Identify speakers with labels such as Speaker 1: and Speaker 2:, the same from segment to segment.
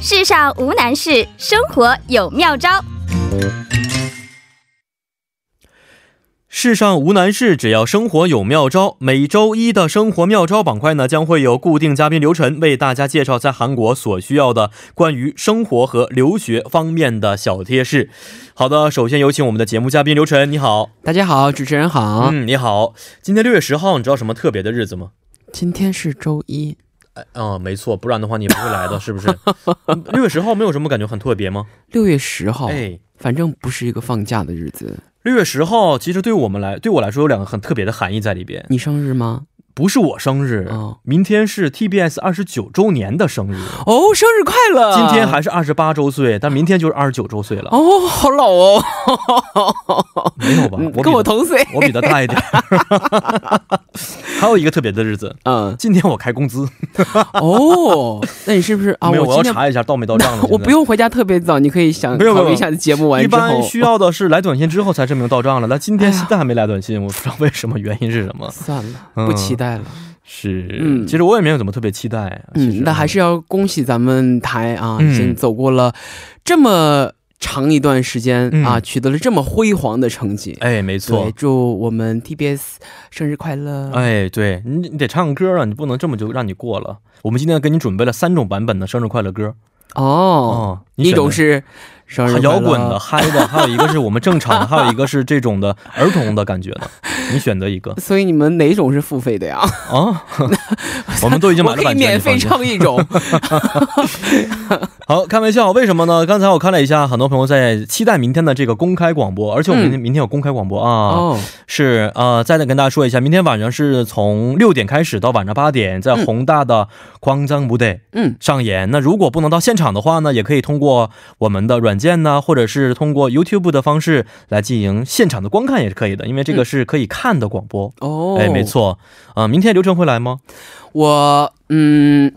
Speaker 1: 世上无难事，生活有妙招。
Speaker 2: 世上无难事，只要生活有妙招。每周一的生活妙招板块呢，将会有固定嘉宾刘晨为大家介绍在韩国所需要的关于生活和留学方面的小贴士。好的，首先有请我们的节目嘉宾刘晨，你好。
Speaker 3: 大家好，主持人好，
Speaker 2: 嗯，你好。今天六月十号，你知道什么特别的日子吗？
Speaker 3: 今天是周一，
Speaker 2: 嗯，没错，不然的话你不会来的，是不是？ 六月十号没有什么感觉很特别吗？
Speaker 3: 六月十号，
Speaker 2: 哎，
Speaker 3: 反正不是一个放假的日子。
Speaker 2: 六月十号其实对我们来，对我来说有两个很特别的含义在里边。
Speaker 3: 你生日吗？
Speaker 2: 不是我生日，
Speaker 3: 哦
Speaker 2: 明天是 TBS 二十九周年的生日，
Speaker 3: 哦，生日快乐！
Speaker 2: 今天还是二十八周岁，但明天就是二十九周岁了，
Speaker 3: 哦，好老哦，
Speaker 2: 没有吧？我比
Speaker 3: 跟嗯我
Speaker 2: 他
Speaker 3: 同岁。
Speaker 2: 我比他大一点。 还有一个特别的日子，
Speaker 3: 嗯，
Speaker 2: 今天我开工资，
Speaker 3: 哦，那你是不是啊？
Speaker 2: 没有，我
Speaker 3: 今
Speaker 2: 要
Speaker 3: 天。
Speaker 2: 查一下到没到账了
Speaker 3: 我不
Speaker 2: 用。
Speaker 3: 用回家特别早，你可以想
Speaker 2: 没有没
Speaker 3: 考
Speaker 2: 有
Speaker 3: 虑一下节目完
Speaker 2: 一
Speaker 3: 之后哎
Speaker 2: 般。需要的是来短信之后才证明到账了，那今天现在还没来短信，我不知道为什么，原因是什么？
Speaker 3: 算了，
Speaker 2: 嗯
Speaker 3: 不期待了。
Speaker 2: 是，
Speaker 3: 嗯
Speaker 2: 其实我也没有怎么特别期待。其
Speaker 3: 嗯
Speaker 2: 实，
Speaker 3: 那还是要恭喜咱们台啊，
Speaker 2: 嗯
Speaker 3: 已经走过了这么长一段时间啊，
Speaker 2: 嗯
Speaker 3: 取得了这么辉煌的成绩。
Speaker 2: 哎，没错
Speaker 3: 对，，祝我们 TBS 生日快乐！
Speaker 2: 哎，对你你得唱歌啊，你不能这么就让你过了。我们今天给你准备了三种版本的生日快乐歌
Speaker 3: 哦，
Speaker 2: 哦，你
Speaker 3: 一
Speaker 2: 选
Speaker 3: 种
Speaker 2: 的啊
Speaker 3: 是生日快乐
Speaker 2: 摇滚的、，嗨的，还有一个是我们正常的，还有一个是这种 的儿童的感觉的。你选择一个
Speaker 3: 所以你们哪种是付费的呀？
Speaker 2: 啊？我们都已经买
Speaker 3: 我
Speaker 2: 了
Speaker 3: 可以
Speaker 2: 版权，
Speaker 3: 免费
Speaker 2: 你放心。
Speaker 3: 唱一种。
Speaker 2: 好，开玩笑，为什么呢？刚才我看了一下，很多朋友在期待明天的这个公开广播，而且我们明天、明天有公开广播 啊。
Speaker 3: 嗯哦，
Speaker 2: 是呃，再跟大家说一下，明天晚上是从六点开始到晚上八点，在宏大的광장무대
Speaker 3: 嗯，
Speaker 2: 上演。那如果不能到现场的话呢，也可以通过我们的软件呢，或者是通过 YouTube 的方式来进行现场的观看也是可以的，因为这个是可以看的广播。
Speaker 3: 嗯哦，
Speaker 2: 哎，没，错，呃，明天刘晨会来 吗？
Speaker 3: 我嗯。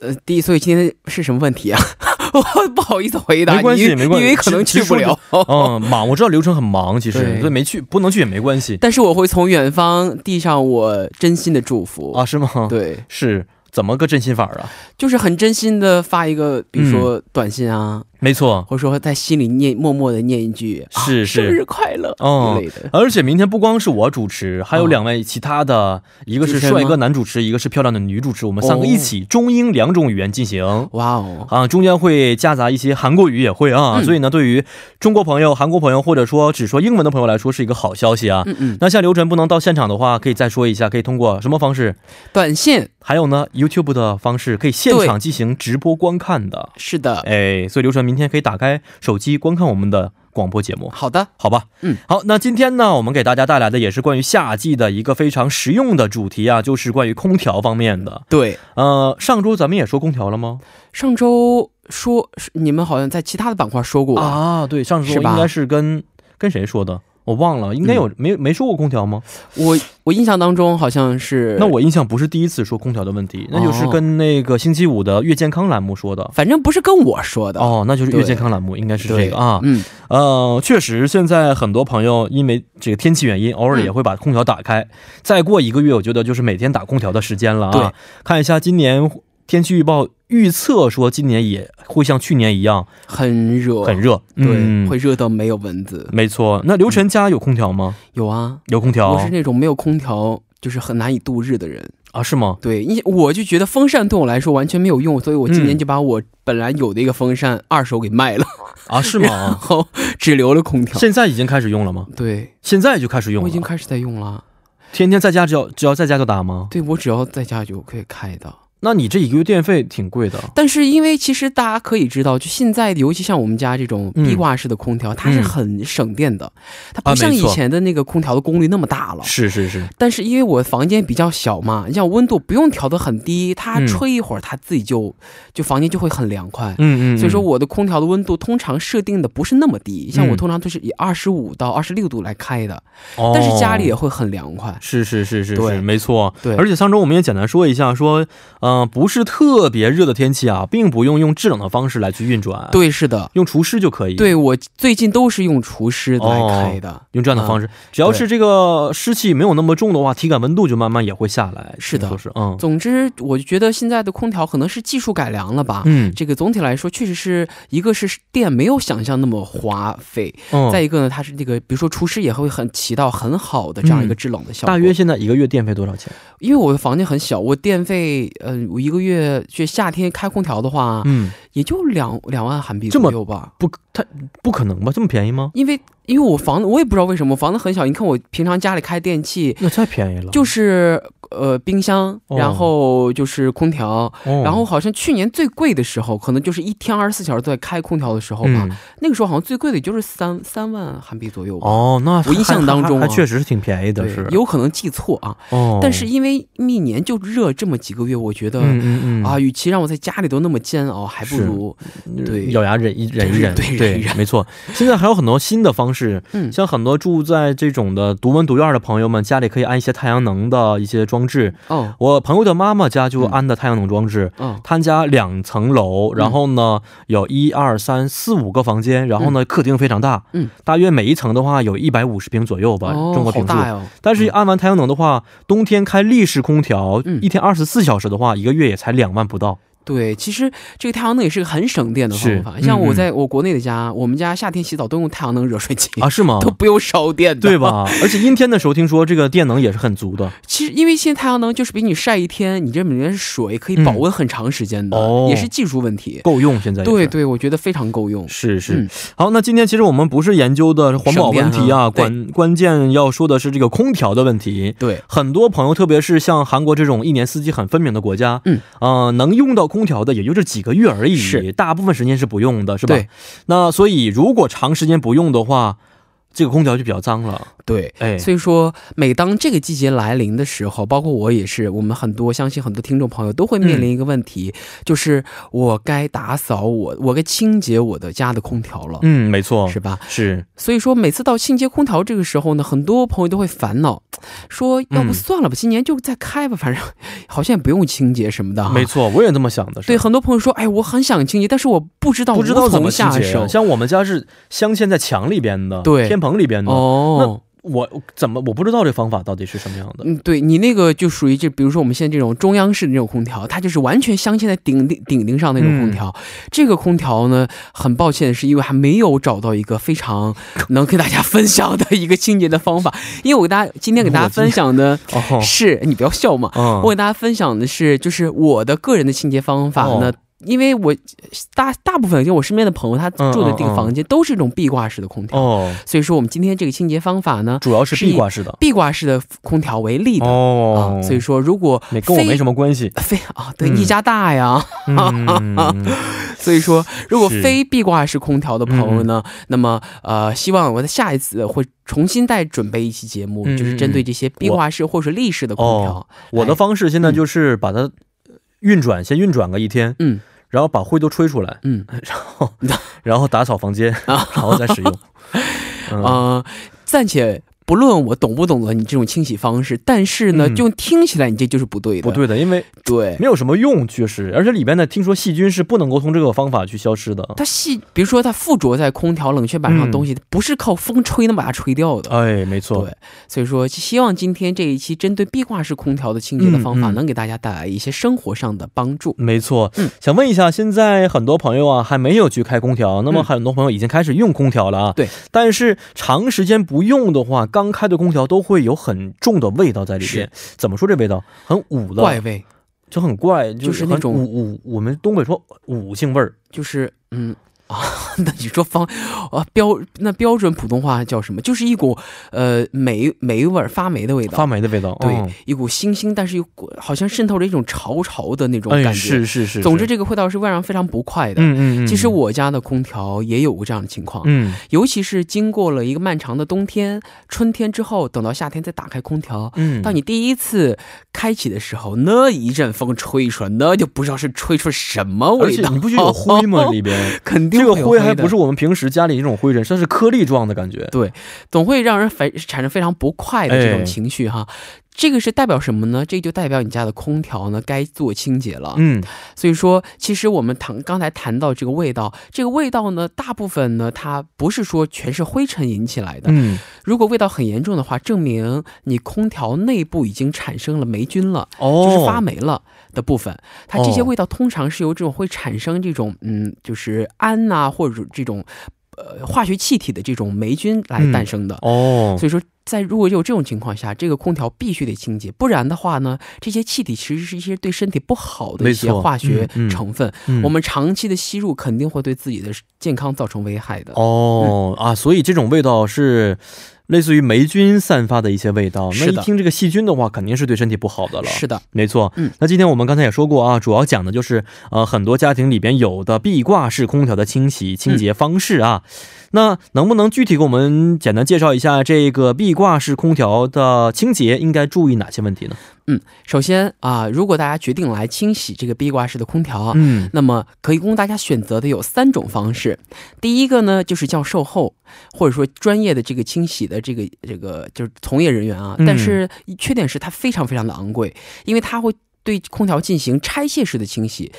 Speaker 3: 呃，第一，所以今天是什么问题啊？ 我不好意思回答，
Speaker 2: 没关系
Speaker 3: 你以为
Speaker 2: 没关系
Speaker 3: 你以为可能去不了。
Speaker 2: 嗯，忙，我知道刘晨很忙，其实
Speaker 3: 对
Speaker 2: 所以没去，不能去也没关系
Speaker 3: 但是我会从远方递上我真心的祝福。
Speaker 2: 啊，是吗？，
Speaker 3: 对，
Speaker 2: 是怎么个真心法啊？
Speaker 3: 就是很真心的发一个，比如
Speaker 2: 嗯
Speaker 3: 说短信啊，
Speaker 2: 没错，
Speaker 3: 或者说在心里念默默的念一句“
Speaker 2: 是
Speaker 3: 啊
Speaker 2: 是
Speaker 3: 生日快乐”
Speaker 2: 哦
Speaker 3: 之类的。
Speaker 2: 而且明天不光是我主持，还有两位其他的，一个是
Speaker 3: 啊主持人吗
Speaker 2: 帅哥男主持，一个是漂亮的女主持，我们三个
Speaker 3: 哦
Speaker 2: 一起、中英两种语言进行。
Speaker 3: 哇哦，
Speaker 2: 啊，中间会夹杂一些韩国语也会啊，
Speaker 3: 嗯
Speaker 2: 所以呢，对于中国朋友、韩国朋友，或者说只说英文的朋友来说，是一个好消息啊。
Speaker 3: 嗯嗯，
Speaker 2: 那像刘晨不能到现场的话，可以再说一下，可以通过什么方式？
Speaker 3: 短信
Speaker 2: 还有呢，YouTube 的方式，可以现场进行直播观看的。
Speaker 3: 是的，
Speaker 2: 哎，所以刘晨明天可以打开手机观看我们的广播节目。
Speaker 3: 好的，
Speaker 2: 好吧，
Speaker 3: 嗯，
Speaker 2: 好，那今天呢，我们给大家带来的也是关于夏季的一个非常实用的主题啊，就是关于空调方面的。
Speaker 3: 对，
Speaker 2: 呃，上周咱们也说空调了吗？
Speaker 3: 上周说你们好像在其他的板块说过，
Speaker 2: 啊，对，上周
Speaker 3: 是吧嗯
Speaker 2: 应该是跟跟谁说的？我忘了，应该有、没没说过空调吗？
Speaker 3: 我我印象当中好像是，
Speaker 2: 那我印象不是第一次说空调的问
Speaker 3: 哦
Speaker 2: 题，那就是跟那个星期五的月健康栏目说的。
Speaker 3: 反正不是跟我说的，
Speaker 2: 哦，那就是
Speaker 3: 对
Speaker 2: 月健康栏目，应该是
Speaker 3: 对
Speaker 2: 这个啊。
Speaker 3: 嗯，
Speaker 2: 呃，确实，现在很多朋友因为这个天气原因，偶尔也会把空调打开。再过一个月，我觉得就是每天打空调的时间了啊
Speaker 3: 对。
Speaker 2: 看一下今年天气预报预测说，今年也会像去年一样
Speaker 3: 很热，
Speaker 2: 很热。
Speaker 3: 对，
Speaker 2: 嗯
Speaker 3: 会，热到没有蚊子，
Speaker 2: 没错。那刘晨家有空调吗？
Speaker 3: 有啊，
Speaker 2: 有空调
Speaker 3: 我是那种没有空调就是很难以度日的人，
Speaker 2: 啊？是吗？
Speaker 3: 对，因我就觉得风扇对我来说完全没有用，所以我今年就把我本来有的一个风扇二手给卖了，
Speaker 2: 啊，是 吗？
Speaker 3: 然后只留了空调，
Speaker 2: 现在已经开始用了吗？
Speaker 3: 对，
Speaker 2: 现在就开始用
Speaker 3: 我已经
Speaker 2: 了，
Speaker 3: 开始在用了。
Speaker 2: 天天在家只要只要在家就打吗？
Speaker 3: 对，我只要在家就可以开到。
Speaker 2: 那你这一个月电费挺贵的，
Speaker 3: 但是因为其实大家可以知道，就现在尤其像我们家这种
Speaker 2: 嗯
Speaker 3: 壁挂式的空调，它是
Speaker 2: 嗯
Speaker 3: 很省电的，它
Speaker 2: 啊
Speaker 3: 不像
Speaker 2: 没
Speaker 3: 以
Speaker 2: 错
Speaker 3: 前的那个空调的功率那么大了。
Speaker 2: 是是是，
Speaker 3: 但是因为我房间比较小嘛，你像温度不用调得很低，它
Speaker 2: 嗯
Speaker 3: 吹一会儿它自己就就房间就会很凉快。
Speaker 2: 嗯嗯，
Speaker 3: 所以说
Speaker 2: 嗯
Speaker 3: 我的空调的温度通常设定的不是那么低，像
Speaker 2: 嗯
Speaker 3: 我通常都是以二十五到二十六度来开的，但是家
Speaker 2: 哦
Speaker 3: 里也会很凉快。
Speaker 2: 是是是是
Speaker 3: 对
Speaker 2: 是，没错。
Speaker 3: 对
Speaker 2: 而且上周我们也简单说一下，说，嗯、嗯、不是特别热的天气啊，并不用用制冷的方式来去运转，，
Speaker 3: 对，是的，
Speaker 2: 用除湿就可以，，
Speaker 3: 对我最近都是用除湿
Speaker 2: 哦
Speaker 3: 来开的。
Speaker 2: 用这样的方式，
Speaker 3: 嗯
Speaker 2: 只要是这个湿气没有那么重的话，体感温度就慢慢也会下来，
Speaker 3: 是的
Speaker 2: 说是嗯
Speaker 3: 总之，我就觉得现在的空调可能是技术改良了吧。
Speaker 2: 嗯
Speaker 3: 这个总体来说，确实是一个是电没有想象那么花费，
Speaker 2: 嗯，
Speaker 3: 再一个呢，它是这个，比如说除湿也会很起到很好的这样一个
Speaker 2: 嗯
Speaker 3: 制冷的效果。
Speaker 2: 大约现在一个月电费多少钱？
Speaker 3: 因为我的房间很小，我电费，嗯、我一个月就夏天开空调的话，
Speaker 2: 嗯，
Speaker 3: 也就两两万韩币
Speaker 2: 这么
Speaker 3: 左右吧。
Speaker 2: 不，它不可能吧？这么便宜吗？
Speaker 3: 因为因为我房子我也不知道为什么我房子很小，你看我平常家里开电器
Speaker 2: 那太便宜了，，
Speaker 3: 就是是呃冰箱，
Speaker 2: 哦
Speaker 3: 然后就是空调，
Speaker 2: 哦、
Speaker 3: 然后好像去年最贵的时候，可能就是一天二十四小时都在开空调的时候吧，
Speaker 2: 嗯，
Speaker 3: 那个时候好像最贵的也就是三三万韩币左右吧。
Speaker 2: 哦，那
Speaker 3: 我印象
Speaker 2: 还
Speaker 3: 当中啊
Speaker 2: 还还确实是挺便宜的，
Speaker 3: 对
Speaker 2: 是，
Speaker 3: 有可能记错啊，
Speaker 2: 哦，
Speaker 3: 但是因为一年就热这么几个月，我觉得、
Speaker 2: 嗯嗯嗯
Speaker 3: 啊，与其让我在家里都那么煎熬，还不
Speaker 2: 是
Speaker 3: 如对
Speaker 2: 咬牙忍一忍一忍，
Speaker 3: 对忍一忍
Speaker 2: 没错。现在还有很多新的方式，
Speaker 3: 嗯
Speaker 2: 像很多住在这种的独门独院的朋友们，家里可以安一些太阳能的一些装置。
Speaker 3: 哦
Speaker 2: 我朋友的妈妈家就
Speaker 3: 嗯
Speaker 2: 安的太阳能装置。
Speaker 3: 哦
Speaker 2: 他家两层
Speaker 3: 嗯
Speaker 2: 楼，然后呢有一二三四五个房间，然后呢客厅非常大，
Speaker 3: 嗯，
Speaker 2: 大约每一层的话有一百五十平左右吧，中
Speaker 3: 哦，
Speaker 2: 国
Speaker 3: 好
Speaker 2: 平数。
Speaker 3: 大哟！
Speaker 2: 但是安完太阳能的话，冬天开立式空调，
Speaker 3: 嗯
Speaker 2: 一天二十四小时的话，一个月也才两万不到。
Speaker 3: 对，其实这个太阳能也是个很省电的方法。
Speaker 2: 是
Speaker 3: 像
Speaker 2: 嗯
Speaker 3: 我
Speaker 2: 嗯
Speaker 3: 在我国内的家，我们家夏天洗澡都用太阳能热水器，
Speaker 2: 啊，是吗？
Speaker 3: 都不用烧电的，
Speaker 2: 对？ 吧？而且阴天的时候，听说这个电能也是很足的。
Speaker 3: 其实因为现在太阳能就是比你晒一天，你这里面水可以保温很长时间的，
Speaker 2: 嗯哦
Speaker 3: 也是技术问题。
Speaker 2: 够用，现在也是
Speaker 3: 对。对，我觉得非常够用。
Speaker 2: 是是、
Speaker 3: 嗯
Speaker 2: 好，那今天其实我们不是研究的环保问
Speaker 3: 省
Speaker 2: 题
Speaker 3: 电
Speaker 2: 啊，
Speaker 3: 啊对
Speaker 2: 关关键要说的是这个空调的问题。
Speaker 3: 对，
Speaker 2: 很多朋友，特别是像韩国这种一年四季很分明的国家，
Speaker 3: 嗯，
Speaker 2: 呃，能用到空调的也就这几个月而已，
Speaker 3: 是
Speaker 2: 大部分时间是不用的，是吧
Speaker 3: 对？
Speaker 2: 那所以如果长时间不用的话，这个空调就比较脏了，
Speaker 3: 对。
Speaker 2: 哎，
Speaker 3: 所以说，每当这个季节来临的时候，包括我也是，我们很多相信很多听众朋友都会
Speaker 2: 嗯
Speaker 3: 面临一个问题，就是我该打扫我，我该清洁我的家的空调了，
Speaker 2: 嗯，没错，
Speaker 3: 是吧？
Speaker 2: 是
Speaker 3: 所以说，每次到清洁空调这个时候呢，很多朋友都会烦恼，说要不
Speaker 2: 嗯
Speaker 3: 算了吧，今年就再开吧，反正好像也不用清洁什么的哈。
Speaker 2: 没错，我也这么想的是，
Speaker 3: 啊对，很多朋友说，哎，我很想清洁，但是我不知道
Speaker 2: 不知道
Speaker 3: 无
Speaker 2: 怎
Speaker 3: 从
Speaker 2: 么清
Speaker 3: 下
Speaker 2: 洁
Speaker 3: 手
Speaker 2: 啊。。像我们家是镶嵌在墙里边的，
Speaker 3: 对
Speaker 2: 天棚里边的。
Speaker 3: 哦，
Speaker 2: 我怎么我不知道这方法到底是什么样的？
Speaker 3: 嗯，对你那个就属于就比如说我们现在这种中央式的那种空调，它就是完全镶嵌在顶顶顶顶上那种空调。这个空调呢，很抱歉是因为还没有找到一个非 常能跟大家分享的一个清洁的方法，因为我给大家今天给大家
Speaker 2: 我今
Speaker 3: 分享的
Speaker 2: 哦，
Speaker 3: 是，你不要笑嘛，
Speaker 2: 嗯，
Speaker 3: 我给大家分享的是，就是我的个人的清洁方法呢。
Speaker 2: 哦
Speaker 3: 因为我大大部分就我身边的朋友，他
Speaker 2: 嗯
Speaker 3: 住的这
Speaker 2: 嗯
Speaker 3: 个
Speaker 2: 嗯
Speaker 3: 房间都是这种壁挂式的空调，
Speaker 2: 哦，
Speaker 3: 所以说我们今天这个清洁方法呢，
Speaker 2: 主要是壁挂式的
Speaker 3: 壁挂式的空调为例的、
Speaker 2: 哦
Speaker 3: 啊。，所以说，如果
Speaker 2: 没跟我没什
Speaker 3: 么
Speaker 2: 么关系。
Speaker 3: 非啊，对，
Speaker 2: 嗯
Speaker 3: 一家大呀。
Speaker 2: 嗯，
Speaker 3: 所以说，如果
Speaker 2: 是
Speaker 3: 非壁挂式空调的朋友呢，那么呃，希望我在下一次会重新再准备一期节目，
Speaker 2: 嗯
Speaker 3: 就是针对这些壁挂式或者立式的空调。
Speaker 2: 哦我
Speaker 3: 哎
Speaker 2: 的方式现在就是把它运转，先运转个一天，
Speaker 3: 嗯
Speaker 2: 然后把灰都吹出来，
Speaker 3: 嗯
Speaker 2: 然后打扫房 间，然后再使用。嗯，
Speaker 3: 呃，暂且不论我懂不懂得你这种清洗方式，但是呢，
Speaker 2: 嗯
Speaker 3: 就听起来你这就是不 对的，
Speaker 2: 不对的，因为
Speaker 3: 对。
Speaker 2: 没有什么用，确实，而且里边呢，听说细菌是不能够通这个方法去消失的。
Speaker 3: 它细，比如说它附着在空调冷却板上
Speaker 2: 嗯
Speaker 3: 的东西，不是靠风吹能把它吹掉的。
Speaker 2: 哎，没错，
Speaker 3: 对，所以说希望今天这一期针对壁挂式空调的清洁的方法，
Speaker 2: 嗯嗯
Speaker 3: 能给大家带来一些生活上的帮助。
Speaker 2: 没错
Speaker 3: 嗯，
Speaker 2: 想问一下，现在很多朋友啊还没有去开空调，那么
Speaker 3: 嗯
Speaker 2: 很多朋友已经开始用空调了啊。
Speaker 3: 对，
Speaker 2: 但是长时间不用的话，刚开的空调都会有很重的味道在里边。怎么说这味道？很捂的，
Speaker 3: 怪味
Speaker 2: 就很怪，
Speaker 3: 就是是
Speaker 2: 很
Speaker 3: 那种
Speaker 2: 捂捂。我们东北说捂性味儿，
Speaker 3: 就是，嗯啊， 那你说方啊标那标准普通话叫什么？就是一股呃霉霉味儿发霉的味道
Speaker 2: 发。霉的味道。
Speaker 3: 对，
Speaker 2: 嗯
Speaker 3: 一股腥腥，但是又裹好像渗透着一种潮潮的那种
Speaker 2: 哎，
Speaker 3: 感觉。
Speaker 2: 是是是。
Speaker 3: 总之
Speaker 2: 是，
Speaker 3: 这个味道是会让人非常不快的。
Speaker 2: 嗯嗯嗯，
Speaker 3: 其实我家的空调也有过这样的情况，
Speaker 2: 嗯
Speaker 3: 尤其是经过了一个漫长的冬天、春天之后，等到夏天再打开空调，
Speaker 2: 嗯，
Speaker 3: 当你第一次开启的时候，那一阵风吹出来，那就不知道是吹出什么
Speaker 2: 而
Speaker 3: 味
Speaker 2: 且
Speaker 3: 道，
Speaker 2: 你不觉得有灰 吗？里边
Speaker 3: 肯定
Speaker 2: 这
Speaker 3: 会
Speaker 2: 个
Speaker 3: 有
Speaker 2: 灰还
Speaker 3: 的
Speaker 2: 不是我们平时家里那种灰尘，它是颗粒状的感觉。
Speaker 3: 总会让人反产生非常不快的这
Speaker 2: 哎
Speaker 3: 种情绪哈。这个是代表什么呢？这就代表你家的空调呢该做清洁了。
Speaker 2: 嗯，
Speaker 3: 所以说，其实我们谈刚才谈到这个味道，这个味道呢，大部分呢它不是说全是灰尘引起来的。
Speaker 2: 嗯，
Speaker 3: 如果味道很严重的话，证明你空调内部已经产生了霉菌了。
Speaker 2: 哦，
Speaker 3: 就是发霉了的部分，它这些
Speaker 2: 哦
Speaker 3: 味道通常是由这种会产生这种嗯，就是氨呐、或者这种呃化学气体的这种霉菌来
Speaker 2: 嗯
Speaker 3: 诞生的。
Speaker 2: 哦，
Speaker 3: 所以说，在如果有这种情况下，这个空调必须得清洁，不然的话呢，这些气体其实是一些对身体不好的
Speaker 2: 没
Speaker 3: 一些
Speaker 2: 错
Speaker 3: 化学
Speaker 2: 嗯嗯
Speaker 3: 成分，
Speaker 2: 嗯
Speaker 3: 我们长期的吸入肯定会对自己的健康造成危害的。
Speaker 2: 哦、啊，所以这种味道是类似于霉菌散发的一些味道。那
Speaker 3: 是
Speaker 2: 一
Speaker 3: 的
Speaker 2: 听这个细菌的话，肯定是对身体不好的了。
Speaker 3: 是的，
Speaker 2: 没错，
Speaker 3: 嗯，
Speaker 2: 那今天我们刚才也说过啊，主要讲的就是呃，很多家庭里边有的壁挂式空调的清洗清洁方式啊、
Speaker 3: 嗯
Speaker 2: 那能不能具体给我们简单介绍一下这个壁挂式空调的清洁应该注意哪些问题呢？
Speaker 3: 首先啊、如果大家决定来清洗这个壁挂式的空调啊，
Speaker 2: 嗯，
Speaker 3: 那么可以供大家选择的有三种方式，第一个呢就是叫售后，或者说专业的这个清洗的这个这个就是从业人员啊
Speaker 2: 嗯，
Speaker 3: 但是缺点是它非常非常的昂贵，因为它会对空调进行拆卸式的清洗。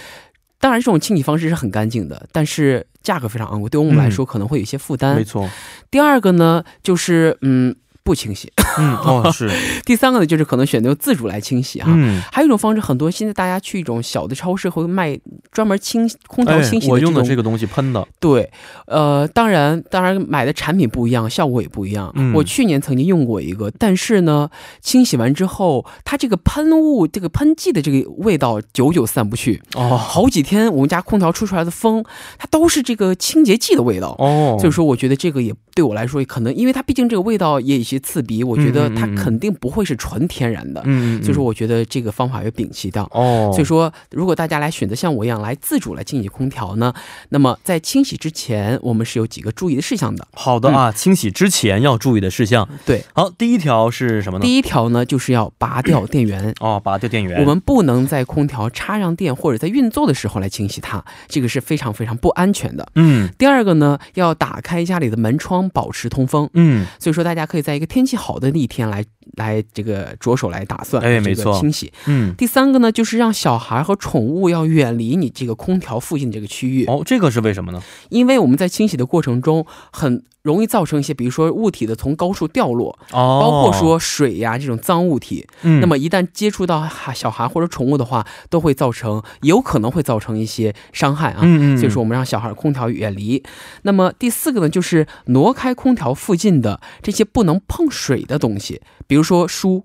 Speaker 3: 当然，这种清洗方式是很干净的，但是价格非常昂贵，对我们来说可能会有一些负担。
Speaker 2: 嗯啊没错，
Speaker 3: 第二个呢，就是嗯不清洗；
Speaker 2: 嗯，哦，是，
Speaker 3: 第三个呢，就是可能选择自主来清洗哈。啊
Speaker 2: 嗯，
Speaker 3: 还有一种方式，很多现在大家去一种小的超市会卖专门清空调
Speaker 2: 哎
Speaker 3: 清洗
Speaker 2: 我
Speaker 3: 的这
Speaker 2: 用
Speaker 3: 种、
Speaker 2: 的这个东西喷的，
Speaker 3: 对，呃，当然，当然买的产品不一样，效果也不一样。
Speaker 2: 嗯
Speaker 3: 我去年曾经用过一个，但是呢，清洗完之后，它这个喷雾、这个喷剂的这个味道久久散不去，
Speaker 2: 哦，
Speaker 3: 好几天我们家空调吹出来的风，它都是这个清洁剂的味道。
Speaker 2: 哦，
Speaker 3: 所以说，我觉得这个也对我来说，可能因为它毕竟这个味道也有一些刺鼻，我觉得它
Speaker 2: 嗯嗯嗯嗯
Speaker 3: 肯定不会是纯天然的。
Speaker 2: 嗯，嗯，
Speaker 3: 所以说，
Speaker 2: 嗯
Speaker 3: 我觉得这个方法要摒弃掉。
Speaker 2: 哦，
Speaker 3: 所以说，如果大家来选择像我一样来自主来清洗空调呢，那么在清洗之前，我们是有几个注意的事项的。
Speaker 2: 好的啊，清洗之前要注意的事项。
Speaker 3: 对，
Speaker 2: 好，第一条是什么呢？。
Speaker 3: 第一条呢，就是要拔掉电源
Speaker 2: 哦，拔掉电源。
Speaker 3: 我们不能在空调插上电或者在运作的时候来清洗它，这个是非常非常不安全的。
Speaker 2: 嗯
Speaker 3: 第二个呢，要打开家里的门窗，保持通风。
Speaker 2: 嗯，
Speaker 3: 所以说，大家可以在一个天气好的一天来来这个着手来打算，
Speaker 2: 哎
Speaker 3: 这个
Speaker 2: 没错
Speaker 3: 清洗。
Speaker 2: 嗯，
Speaker 3: 第三个呢，就是让小孩和宠物要远离你这个空调附近的这个区域。
Speaker 2: 哦，这个是为什么呢？
Speaker 3: 因为我们在清洗的过程中，很容易造成一些，比如说物体的从高处掉落，
Speaker 2: 哦，
Speaker 3: 包括，说水呀、这种脏物体。
Speaker 2: 嗯，
Speaker 3: 那么一旦接触到哈小孩或者宠物的话，都会造成，有可能会造成一些伤害啊。
Speaker 2: 嗯，嗯嗯，
Speaker 3: 所以说，我们让小孩空调远离。那么第四个呢，就是挪开空调附近的这些不能碰水的东西，比如说书，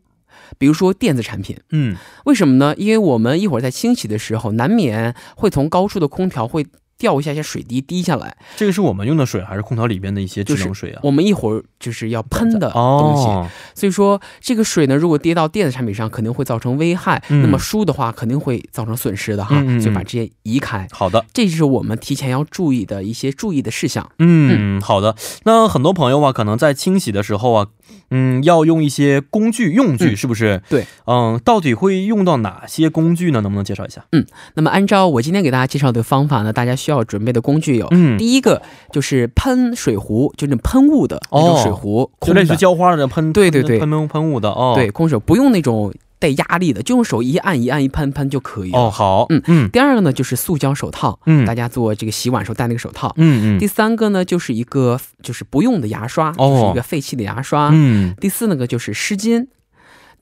Speaker 3: 比如说电子产品。
Speaker 2: 嗯，
Speaker 3: 为什么呢？因为我们一会儿在清洗的时候，难免会从高处的空调会掉一下一些水滴滴下来。
Speaker 2: 这个是我们用的水，还是空调里边的一些智
Speaker 3: 就
Speaker 2: 能
Speaker 3: 是
Speaker 2: 水啊？
Speaker 3: 我们一会儿就是要喷的东西，
Speaker 2: 哦，
Speaker 3: 所以说这个水呢，如果跌到电子产品上，肯定会造成危害。
Speaker 2: 嗯
Speaker 3: 那么书的话，肯定会造成损失的哈，
Speaker 2: 嗯嗯嗯
Speaker 3: 所以把这些移开。
Speaker 2: 好的，
Speaker 3: 这就是我们提前要注意的一些注意的事项。
Speaker 2: 嗯，好的。那很多朋友啊，可能在清洗的时候啊，嗯，要用一些工具用具，
Speaker 3: 嗯
Speaker 2: 是不是？
Speaker 3: 对，
Speaker 2: 嗯，到底会用到哪些工具呢？能不能介绍一下？
Speaker 3: 那么按照我今天给大家介绍的方法呢，大家需要准备的工具有。
Speaker 2: 嗯，
Speaker 3: 第一个就是喷水壶，就那种喷雾的那
Speaker 2: 哦
Speaker 3: 种水壶，
Speaker 2: 就
Speaker 3: 空
Speaker 2: 类似
Speaker 3: 的，
Speaker 2: 浇花的喷，
Speaker 3: 对对对
Speaker 2: 喷喷喷雾的哦，
Speaker 3: 对，，空手不用那种带压力的，就用手一按一按一喷喷就可以了。
Speaker 2: 哦，好，
Speaker 3: 嗯
Speaker 2: 嗯
Speaker 3: 第二个呢就是塑胶手套，
Speaker 2: 嗯
Speaker 3: 大家做这个洗碗时候戴那个手套。
Speaker 2: 嗯嗯，哦
Speaker 3: 第三个呢，就是一个就是不用的牙刷，就是一个废弃的牙刷。
Speaker 2: 嗯
Speaker 3: 第四个就是湿巾，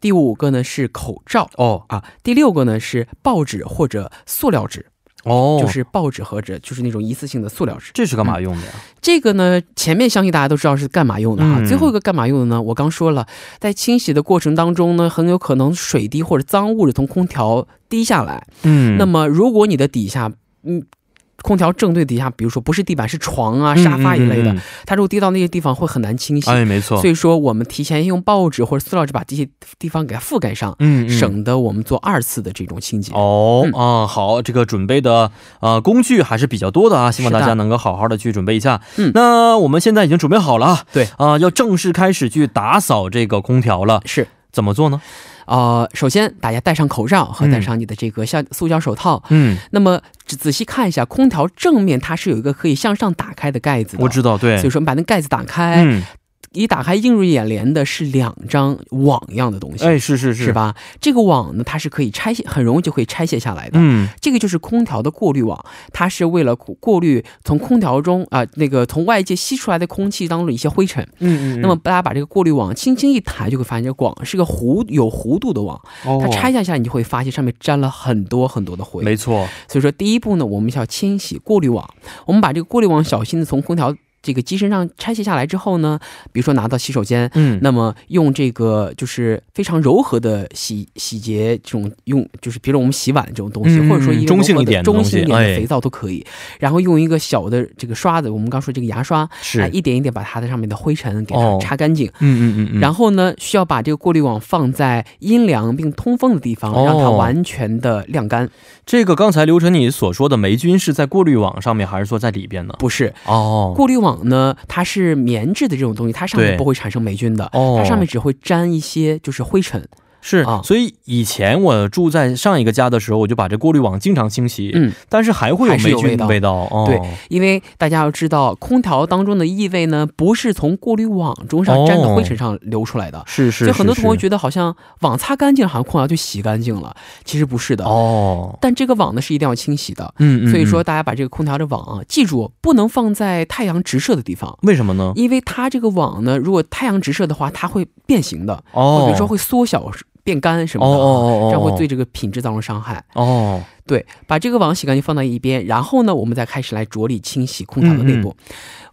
Speaker 3: 第五个呢是口罩
Speaker 2: 哦
Speaker 3: 啊，第六个呢是报纸或者塑料纸，
Speaker 2: 哦，
Speaker 3: 就是嗯报纸或者就是那种一次性的塑料纸。
Speaker 2: 这是干嘛用的呀？
Speaker 3: 这个呢，前面相信大家都知道是干嘛用的啊。
Speaker 2: 嗯
Speaker 3: 最后一个干嘛用的呢？我刚说了，在清洗的过程当中呢，很有可能水滴或者脏物质从空调滴下来。
Speaker 2: 嗯
Speaker 3: 那么如果你的底下，嗯。空调正对底下，比如说不是地板是床啊、
Speaker 2: 嗯
Speaker 3: 沙发一类的，
Speaker 2: 嗯嗯
Speaker 3: 它如果滴到那些地方会很难清洗。
Speaker 2: 哎，没错，
Speaker 3: 所以说，我们提前用报纸或者塑料纸把这些地方给它覆盖上，
Speaker 2: 嗯嗯
Speaker 3: 省得我们做二次的这种清洁。
Speaker 2: 哦
Speaker 3: 嗯
Speaker 2: 啊，好，这个准备的呃工具还是比较多的啊，希望
Speaker 3: 是
Speaker 2: 大
Speaker 3: 的
Speaker 2: 家能够好好的去准备一下。
Speaker 3: 嗯
Speaker 2: 那我们现在已经准备好了啊，
Speaker 3: 对
Speaker 2: 啊、要正式开始去打扫这个空调了，
Speaker 3: 是，
Speaker 2: 怎么做呢？
Speaker 3: 呃，首先大家戴上口罩和
Speaker 2: 嗯
Speaker 3: 戴上你的这个橡塑胶手套。
Speaker 2: 嗯，
Speaker 3: 那么仔仔细看一下，空调正面它是有一个可以向上打开的盖子
Speaker 2: 嗯
Speaker 3: 的，
Speaker 2: 我知道，对
Speaker 3: 所以，说，我们把那盖子打开，
Speaker 2: 嗯
Speaker 3: 一打开映入眼帘的是两张网一样的东西，
Speaker 2: 哎，是是是，
Speaker 3: 是？吧？这个网呢，它是可以拆卸，很容易就可以拆卸下来的。
Speaker 2: 嗯，
Speaker 3: 这个就是空调的过滤网，它是为了过过滤从空调中啊、那个从外界吸出来的空气当中一些灰尘。
Speaker 2: 嗯嗯，
Speaker 3: 那么大家把这个过滤网轻轻一抬，就会发现这个网是个弧有弧度的网，它
Speaker 2: 它
Speaker 3: 拆下下来你就会发现上面沾了很多很多的灰。
Speaker 2: 哦没错，
Speaker 3: 所以说第一步呢，我们要清洗过滤网，我们把这个过滤网小心的从空调这个机身上拆卸下来之后呢，比如说拿到洗手间。
Speaker 2: 嗯，
Speaker 3: 那么用这个就是非常柔和的洗洗洁这种用，就是比如我们洗碗这种东西，
Speaker 2: 嗯
Speaker 3: 或者说一个柔
Speaker 2: 中性
Speaker 3: 和
Speaker 2: 一点的
Speaker 3: 中性一
Speaker 2: 东
Speaker 3: 点
Speaker 2: 西
Speaker 3: 的
Speaker 2: 哎
Speaker 3: 肥皂都可以。然后用一个小的这个刷子，我们刚说这个牙刷，
Speaker 2: 是
Speaker 3: 哎，一点一点把它的上面的灰尘给它
Speaker 2: 哦
Speaker 3: 擦干净。
Speaker 2: 嗯嗯嗯嗯，
Speaker 3: 然后呢，需要把这个过滤网放在阴凉并通风的地方，
Speaker 2: 哦
Speaker 3: 让它完全的晾干。
Speaker 2: 这个刚才刘晨你所说的霉菌是在过滤网上面，还是说在里边呢？
Speaker 3: 不是，
Speaker 2: 哦，
Speaker 3: 过滤网呢，它是棉质的这种东西，它上面
Speaker 2: 对
Speaker 3: 不会产生霉菌的，
Speaker 2: 哦
Speaker 3: 它上面只会沾一些就是灰尘。
Speaker 2: 是、
Speaker 3: 啊
Speaker 2: 所以以前我住在上一个家的时候，我就把这过滤网经常清洗，
Speaker 3: 嗯，
Speaker 2: 但是还会有
Speaker 3: 还是
Speaker 2: 霉
Speaker 3: 有
Speaker 2: 菌
Speaker 3: 味道
Speaker 2: 味道，哦，
Speaker 3: 对因为大家要知道，空调当中的异味呢，不是从过滤网中上沾的灰尘上流出来的。
Speaker 2: 是是，
Speaker 3: 所以很多
Speaker 2: 是
Speaker 3: 同学
Speaker 2: 是
Speaker 3: 觉得好像网擦干净了，好像空调就洗干净了，其实不是的。
Speaker 2: 哦，
Speaker 3: 但这个网呢是一定要清洗的，
Speaker 2: 嗯嗯，
Speaker 3: 所以说
Speaker 2: 嗯
Speaker 3: 大家把这个空调的网啊，记住不能放在太阳直射的地方，
Speaker 2: 为什么呢？
Speaker 3: 因为它这个网呢，如果太阳直射的话，它会变形的，
Speaker 2: 哦，
Speaker 3: 比如说会缩小、变干什
Speaker 2: 哦
Speaker 3: 么的啊。
Speaker 2: 哦哦，
Speaker 3: 这样会
Speaker 2: 哦
Speaker 3: 对这个品质造成伤害。
Speaker 2: 哦，
Speaker 3: 对，把这个网洗干净放到一边，然后呢，我们再开始来着力清洗空调的内
Speaker 2: 嗯
Speaker 3: 部。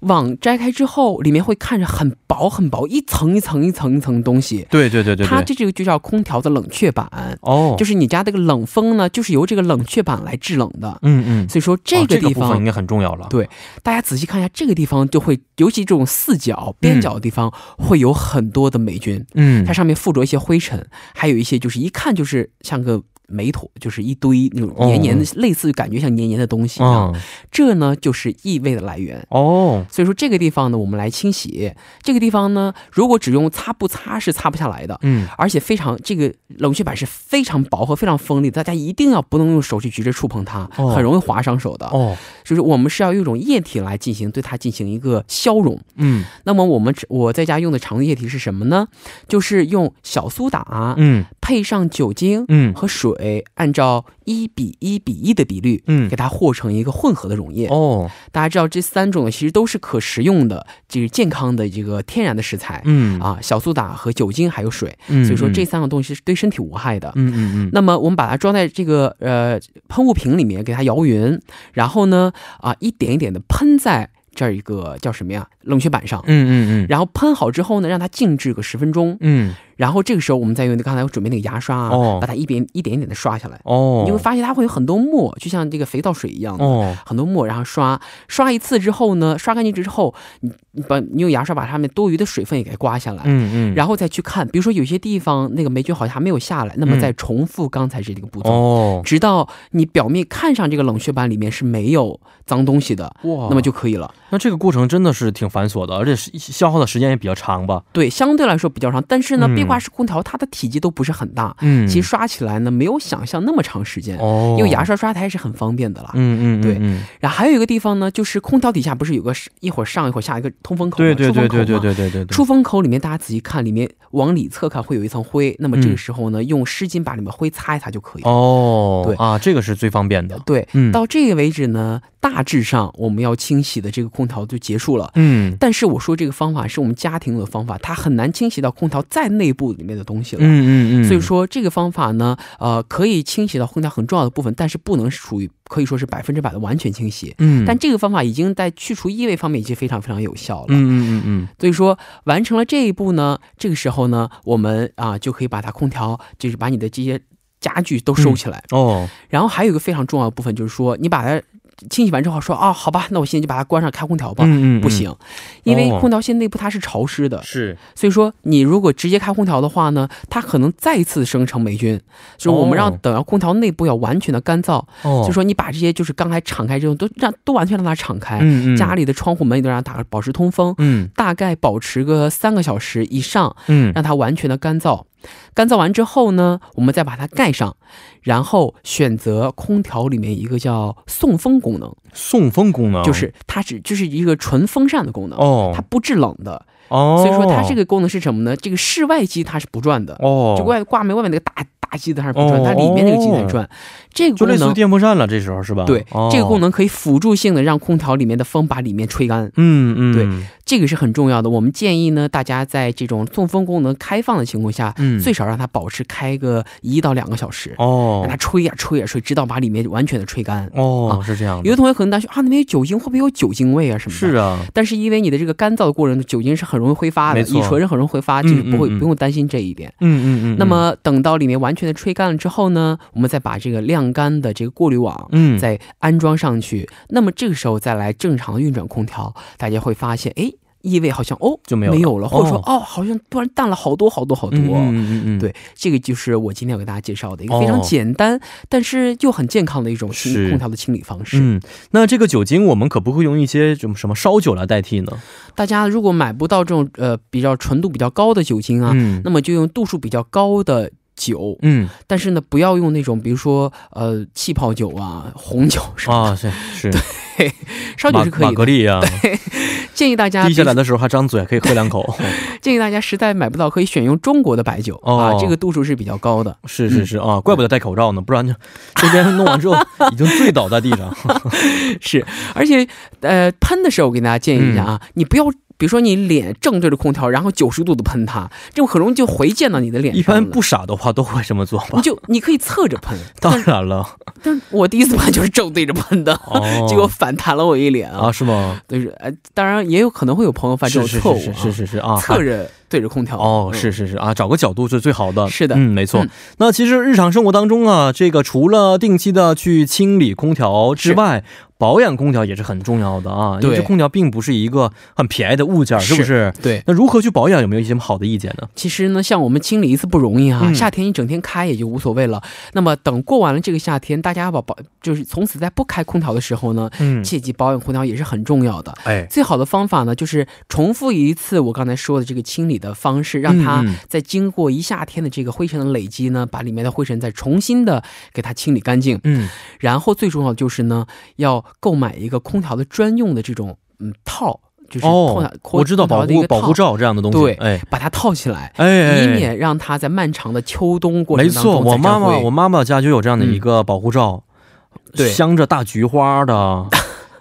Speaker 3: 网摘开之后，里面会看着很薄很薄，一层一层一层一层的东西。
Speaker 2: 对对对对
Speaker 3: 它
Speaker 2: 对，
Speaker 3: 这这个就叫空调的冷却板，
Speaker 2: 哦，
Speaker 3: 就是是你家这个冷风呢，就是由这个冷却板来制冷的。
Speaker 2: 嗯嗯，
Speaker 3: 所以说这
Speaker 2: 哦
Speaker 3: 个地
Speaker 2: 部分
Speaker 3: 方，
Speaker 2: 应该很重要了，
Speaker 3: 对大家仔细看一下，这个地方就会，尤其这种四角、边角的地方，会有很多的霉菌。
Speaker 2: 嗯
Speaker 3: 它，上面附着一些灰尘，还有一些就是一看就是像个煤土，就是一堆那种
Speaker 2: 哦
Speaker 3: 黏黏的，类似于感觉像黏黏的东西一样。
Speaker 2: 嗯，
Speaker 3: 这呢就是异味的来源。
Speaker 2: 哦，
Speaker 3: 所以说这个地方呢，我们来清洗。这个地方呢，如果只用擦布擦是擦不下来的，
Speaker 2: 嗯，
Speaker 3: 而且非常这个冷却板是非常薄和非常锋利的，大家一定要不能用手去直接触碰它，
Speaker 2: 哦
Speaker 3: 很容易划伤手的。
Speaker 2: 哦，
Speaker 3: 就是我们是要用一种液体来进行对它进行一个消融。
Speaker 2: 嗯
Speaker 3: 那么我们我在家用的常用液体是什么呢？就是用小苏打
Speaker 2: 嗯
Speaker 3: 配上酒精
Speaker 2: 嗯
Speaker 3: 和水，按照一比一比一的比率。
Speaker 2: 嗯
Speaker 3: 给，它和成一个混合的溶液。
Speaker 2: 哦，
Speaker 3: 大家知道这三种其实都是可食用的，这个健康的这个天然的食材、
Speaker 2: 嗯，
Speaker 3: 啊，小苏打和酒精还有水，
Speaker 2: 嗯
Speaker 3: 所以说
Speaker 2: 嗯
Speaker 3: 这三个东西是对身体无害的。
Speaker 2: 嗯嗯嗯，
Speaker 3: 那么我们把它装在这个呃喷雾瓶里面，给它摇匀，然后呢啊一点一点的喷在这儿一个叫什么呀冷却板上，
Speaker 2: 嗯嗯嗯
Speaker 3: 然后喷好之后呢，让它静置个十分钟，
Speaker 2: 嗯，
Speaker 3: 然后这个时候我们再用刚才我准备那个牙刷啊，
Speaker 2: 哦
Speaker 3: 把它一点一点一点的刷下来，
Speaker 2: 哦，
Speaker 3: 你就会发现它会有很多沫，就像这个肥皂水一样的。
Speaker 2: 哦，
Speaker 3: 很多沫，然后刷刷一次之后呢，刷干净之后，你你把你用牙刷把上面多余的水分也给它刮下来，
Speaker 2: 嗯嗯，
Speaker 3: 然后再去看，比如说有些地方那个霉菌好像还没有下来，那么
Speaker 2: 嗯
Speaker 3: 再重复刚才这个步骤，
Speaker 2: 哦，
Speaker 3: 直到你表面看上这个冷却板里面是没有脏东西的，
Speaker 2: 哇
Speaker 3: 那么就可以了。
Speaker 2: 那这个过程真的是挺繁琐的，而且是消耗的时间也比较长吧？
Speaker 3: 对，相对来说比较长，但是呢，
Speaker 2: 嗯
Speaker 3: 壁挂式空调它的体积都不是很大，
Speaker 2: 嗯
Speaker 3: 其实刷起来呢没有想象那么长时间，
Speaker 2: 哦，
Speaker 3: 因为牙，刷刷它还是很方便的啦。
Speaker 2: 嗯嗯，
Speaker 3: 对
Speaker 2: 嗯，
Speaker 3: 然后还有一个地方呢，就是空调底下不是有个是一会儿上一会儿下一个通风口吗？
Speaker 2: 对对对对
Speaker 3: 出风
Speaker 2: 对
Speaker 3: 口嘛
Speaker 2: 对对对对，
Speaker 3: 出风口里面，大家仔细看，里面往里侧看会有一层灰，那么这个时候呢，用湿巾把里面灰擦一擦就可以了。
Speaker 2: 嗯哦，
Speaker 3: 对
Speaker 2: 啊，这个是最方便的，
Speaker 3: 对，
Speaker 2: 嗯，
Speaker 3: 到这个为止呢，大致上我们要清洗的这个空调就结束了。
Speaker 2: 嗯
Speaker 3: 但是我说这个方法是我们家庭用的方法，它很难清洗到空调再内部里面的东西了。
Speaker 2: 嗯嗯嗯，
Speaker 3: 所以说这个方法呢，呃，可以清洗到空调很重要的部分，但是不能属于可以说是百分之百的完全清洗。
Speaker 2: 嗯，
Speaker 3: 但这个方法已经在去除异味方面已经非常非常有效了。
Speaker 2: 嗯嗯嗯嗯，
Speaker 3: 所以说完成了这一步呢，这个时候呢，我们啊就可以把它空调，就是把你的这些家具都收起来。
Speaker 2: 哦，
Speaker 3: 然后还有一个非常重要的部分就是说，你把它清洗完之后说啊，好吧，那我现在就把它关上开空调吧。
Speaker 2: 嗯嗯，嗯哦
Speaker 3: 不，行，因为空调线内部它是潮湿的，
Speaker 2: 是，
Speaker 3: 所以说你如果直接开空调的话呢，它可能再次生成霉菌。就是我们让
Speaker 2: 哦
Speaker 3: 等到空调内部要完全的干燥，
Speaker 2: 哦，
Speaker 3: 就，说你把这些就是刚才敞开这种都让都完全让它敞开，
Speaker 2: 嗯嗯，
Speaker 3: 家，里的窗户门也都让它打保持通风，
Speaker 2: 嗯
Speaker 3: 大概保持个三个小时以上，
Speaker 2: 嗯，
Speaker 3: 让它完全的干燥。干燥完之后呢，我们再把它盖上，然后选择空调里面一个叫送风功能，
Speaker 2: 送风功能
Speaker 3: 就是它只就是一个纯风扇的功能，
Speaker 2: 哦
Speaker 3: 它，不制冷的。
Speaker 2: 哦，
Speaker 3: 所以说它这个功能是什么呢？这个室外机它是不转的，
Speaker 2: 哦，
Speaker 3: 就外挂没外面那个大大机子它是不转，
Speaker 2: 哦
Speaker 3: 它里面那个机在转。这个
Speaker 2: 就
Speaker 3: 功
Speaker 2: 类似于
Speaker 3: 能
Speaker 2: 电风扇了，这时候是吧？
Speaker 3: 对、
Speaker 2: 哦、
Speaker 3: 这个功能可以辅助性的让空调里面的风把里面吹干，
Speaker 2: 嗯嗯，
Speaker 3: 对这个是很重要的。我们建议呢，大家在这种送风功能开放的情况下，
Speaker 2: 嗯
Speaker 3: 最少让它保持开个一到两个小时，
Speaker 2: 哦
Speaker 3: 让它吹呀、吹呀、吹，直到把里面完全的吹干。
Speaker 2: 哦、
Speaker 3: 啊
Speaker 2: 是这样
Speaker 3: 有
Speaker 2: 的，
Speaker 3: 的同学可能担心啊，那边有酒精，会不会有酒精味啊什么的？
Speaker 2: 是啊，
Speaker 3: 但是因为你的这个干燥的过程，酒精是很容易挥发的，
Speaker 2: 没错
Speaker 3: 乙醇是很容易挥发，就是不会、
Speaker 2: 嗯嗯嗯
Speaker 3: 不用担心这一点。
Speaker 2: 嗯嗯嗯，
Speaker 3: 那么等到里面完全的吹干了之后呢，我们再把这个晾干的这个过滤网
Speaker 2: 嗯嗯
Speaker 3: 再安装上去。那么这个时候再来正常运转空调，大家会发现，哎，异味好像哦
Speaker 2: 就没有
Speaker 3: 没有了，或者说
Speaker 2: 哦
Speaker 3: 哦好像突然淡了好多好多好多。
Speaker 2: 嗯嗯嗯嗯，
Speaker 3: 对，这个就是我今天要给大家介绍的一个非常
Speaker 2: 哦
Speaker 3: 简单，但是又很健康的一种
Speaker 2: 是
Speaker 3: 清空调的清理方式。
Speaker 2: 嗯，那这个酒精我们可不会用一些什么什么烧酒来代替呢？
Speaker 3: 大家如果买不到这种呃比较纯度比较高的酒精啊，
Speaker 2: 嗯
Speaker 3: 那么就用度数比较高的酒，
Speaker 2: 嗯
Speaker 3: 但是呢，不要用那种比如说呃气泡酒啊、红酒什么
Speaker 2: 啊，是是，
Speaker 3: 的，烧酒
Speaker 2: 玛
Speaker 3: 是可
Speaker 2: 玛
Speaker 3: 以
Speaker 2: 格
Speaker 3: 的。
Speaker 2: 丽啊，
Speaker 3: 建议大家
Speaker 2: 滴下来的时候还张嘴，可以喝两口。
Speaker 3: 建议大家实在买不到，可以选用中国的白酒、
Speaker 2: 哦
Speaker 3: 啊，这个度数是比较高 的。
Speaker 2: 是是是啊，怪不得戴口罩呢，不然就这边弄完之后已经醉倒在地上。
Speaker 3: 是，而且呃喷的时候，我给大家建议一下啊，
Speaker 2: 嗯
Speaker 3: 你不要。比如说你脸正对着空调，然后九十度的喷它，这种很容易就回溅到你的脸
Speaker 2: 一
Speaker 3: 上
Speaker 2: 般啊
Speaker 3: 了
Speaker 2: 不傻的话都会这么做吧
Speaker 3: 你？就你可以侧着喷，
Speaker 2: 当然了，
Speaker 3: 但是我第一次喷就是正对着喷的，
Speaker 2: 哦
Speaker 3: 结果反弹了我一脸啊！
Speaker 2: 啊是吗？
Speaker 3: 就是呃，当然也有可能会有朋友犯这
Speaker 2: 是
Speaker 3: 种
Speaker 2: 是
Speaker 3: 错误、啊，
Speaker 2: 是是是是是啊，
Speaker 3: 侧着对着空调
Speaker 2: 哦，
Speaker 3: 嗯
Speaker 2: 是是是啊，找个角度是最好的。
Speaker 3: 是的
Speaker 2: 嗯，没错
Speaker 3: 嗯。
Speaker 2: 那其实日常生活当中啊，这个除了定期的去清理空调之外，保养空调也是很重要的啊。因为
Speaker 3: 对
Speaker 2: 这空调并不是一个很便宜的物件，
Speaker 3: 是
Speaker 2: 是不是？
Speaker 3: 对。
Speaker 2: 那如何去保养？有没有一些什么好的意见呢？
Speaker 3: 其实呢，像我们清理一次不容易啊，
Speaker 2: 嗯
Speaker 3: 夏天一整天开也就无所谓了。那么等过完了这个夏天，大家把保就是从此再不开空调的时候呢，
Speaker 2: 嗯，
Speaker 3: 切记保养空调也是很重要的。
Speaker 2: 哎，
Speaker 3: 最好的方法呢，就是重复一次我刚才说的这个清理的方式，让它
Speaker 2: 嗯嗯
Speaker 3: 在经过一夏天的这个灰尘的累积呢，把里面的灰尘再重新的给它清理干净。
Speaker 2: 嗯，
Speaker 3: 然后最重要的就是呢，要购买一个空调的专用的这种嗯套，就是空调、
Speaker 2: 哦，
Speaker 3: 空
Speaker 2: 我知道
Speaker 3: 空
Speaker 2: 保
Speaker 3: 调的一
Speaker 2: 护
Speaker 3: 个
Speaker 2: 保护
Speaker 3: 罩，
Speaker 2: 罩这样的东西。
Speaker 3: 对
Speaker 2: 哎
Speaker 3: 把它套起来，
Speaker 2: 哎哎，
Speaker 3: 以免让它在漫长的秋冬过程
Speaker 2: 没
Speaker 3: 当中
Speaker 2: 错，我
Speaker 3: 再
Speaker 2: 妈
Speaker 3: 沾
Speaker 2: 妈
Speaker 3: 灰嗯
Speaker 2: 我妈妈家就有这样的一个保护罩，
Speaker 3: 对
Speaker 2: 镶着大菊花 的，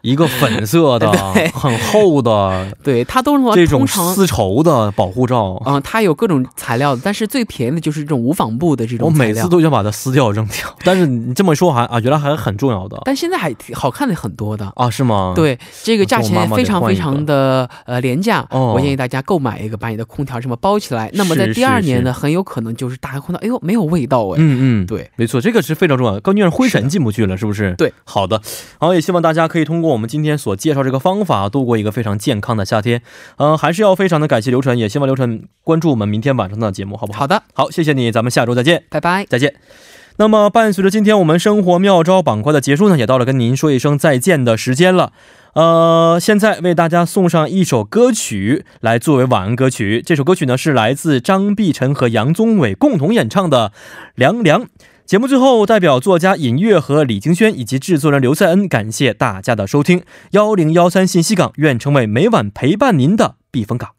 Speaker 2: 一个粉色的，
Speaker 3: 对
Speaker 2: 很厚的。
Speaker 3: 对它都是
Speaker 2: 这
Speaker 3: 通
Speaker 2: 种
Speaker 3: 常
Speaker 2: 丝绸的保护罩，
Speaker 3: 啊、它有各种材料的，但是最便宜的就是这种无纺布的这
Speaker 2: 我
Speaker 3: 种材
Speaker 2: 每
Speaker 3: 料。
Speaker 2: 次都想把它撕掉扔掉。但是你这么说还啊，原来还很重要的
Speaker 3: 但现在还挺好看的很多的。
Speaker 2: 啊，是吗？，
Speaker 3: 对，这个价
Speaker 2: 我妈
Speaker 3: 钱
Speaker 2: 妈
Speaker 3: 非
Speaker 2: 得
Speaker 3: 常
Speaker 2: 换
Speaker 3: 非
Speaker 2: 一个
Speaker 3: 常的呃廉价，
Speaker 2: 哦
Speaker 3: 我建议大家购买一个，把你的空调这么包起来。那么在
Speaker 2: 是
Speaker 3: 第二
Speaker 2: 是
Speaker 3: 年呢，很有可能就是打开空调，哎呦没有味道哎。
Speaker 2: 嗯嗯，。
Speaker 3: 对，
Speaker 2: 没错，这个是非常重要的，关键是灰
Speaker 3: 是
Speaker 2: 尘
Speaker 3: 的
Speaker 2: 进不去了，是不是？
Speaker 3: 对，
Speaker 2: 好的，好，也希望大家可以通过我们今天所介绍这个方法，度过一个非常健康的夏天。嗯、还是要非常的感谢刘晨，也希望刘晨关注我们明天晚上的节目，好不好？
Speaker 3: 好的，
Speaker 2: 好，谢谢你，咱们下周再见。
Speaker 3: 拜拜。
Speaker 2: 再见。那么，伴随着今天我们生活妙招板块的结束呢，也到了跟您说一声再见的时间了。呃，现在为大家送上一首歌曲来作为晚安歌曲。这首歌曲呢是来自张碧晨和杨宗纬共同演唱的《凉凉》。节目最后，代表作家尹月和李京轩以及制作人刘赛恩，感谢大家的收听。幺零幺三信息港愿成为每晚陪伴您的避风港。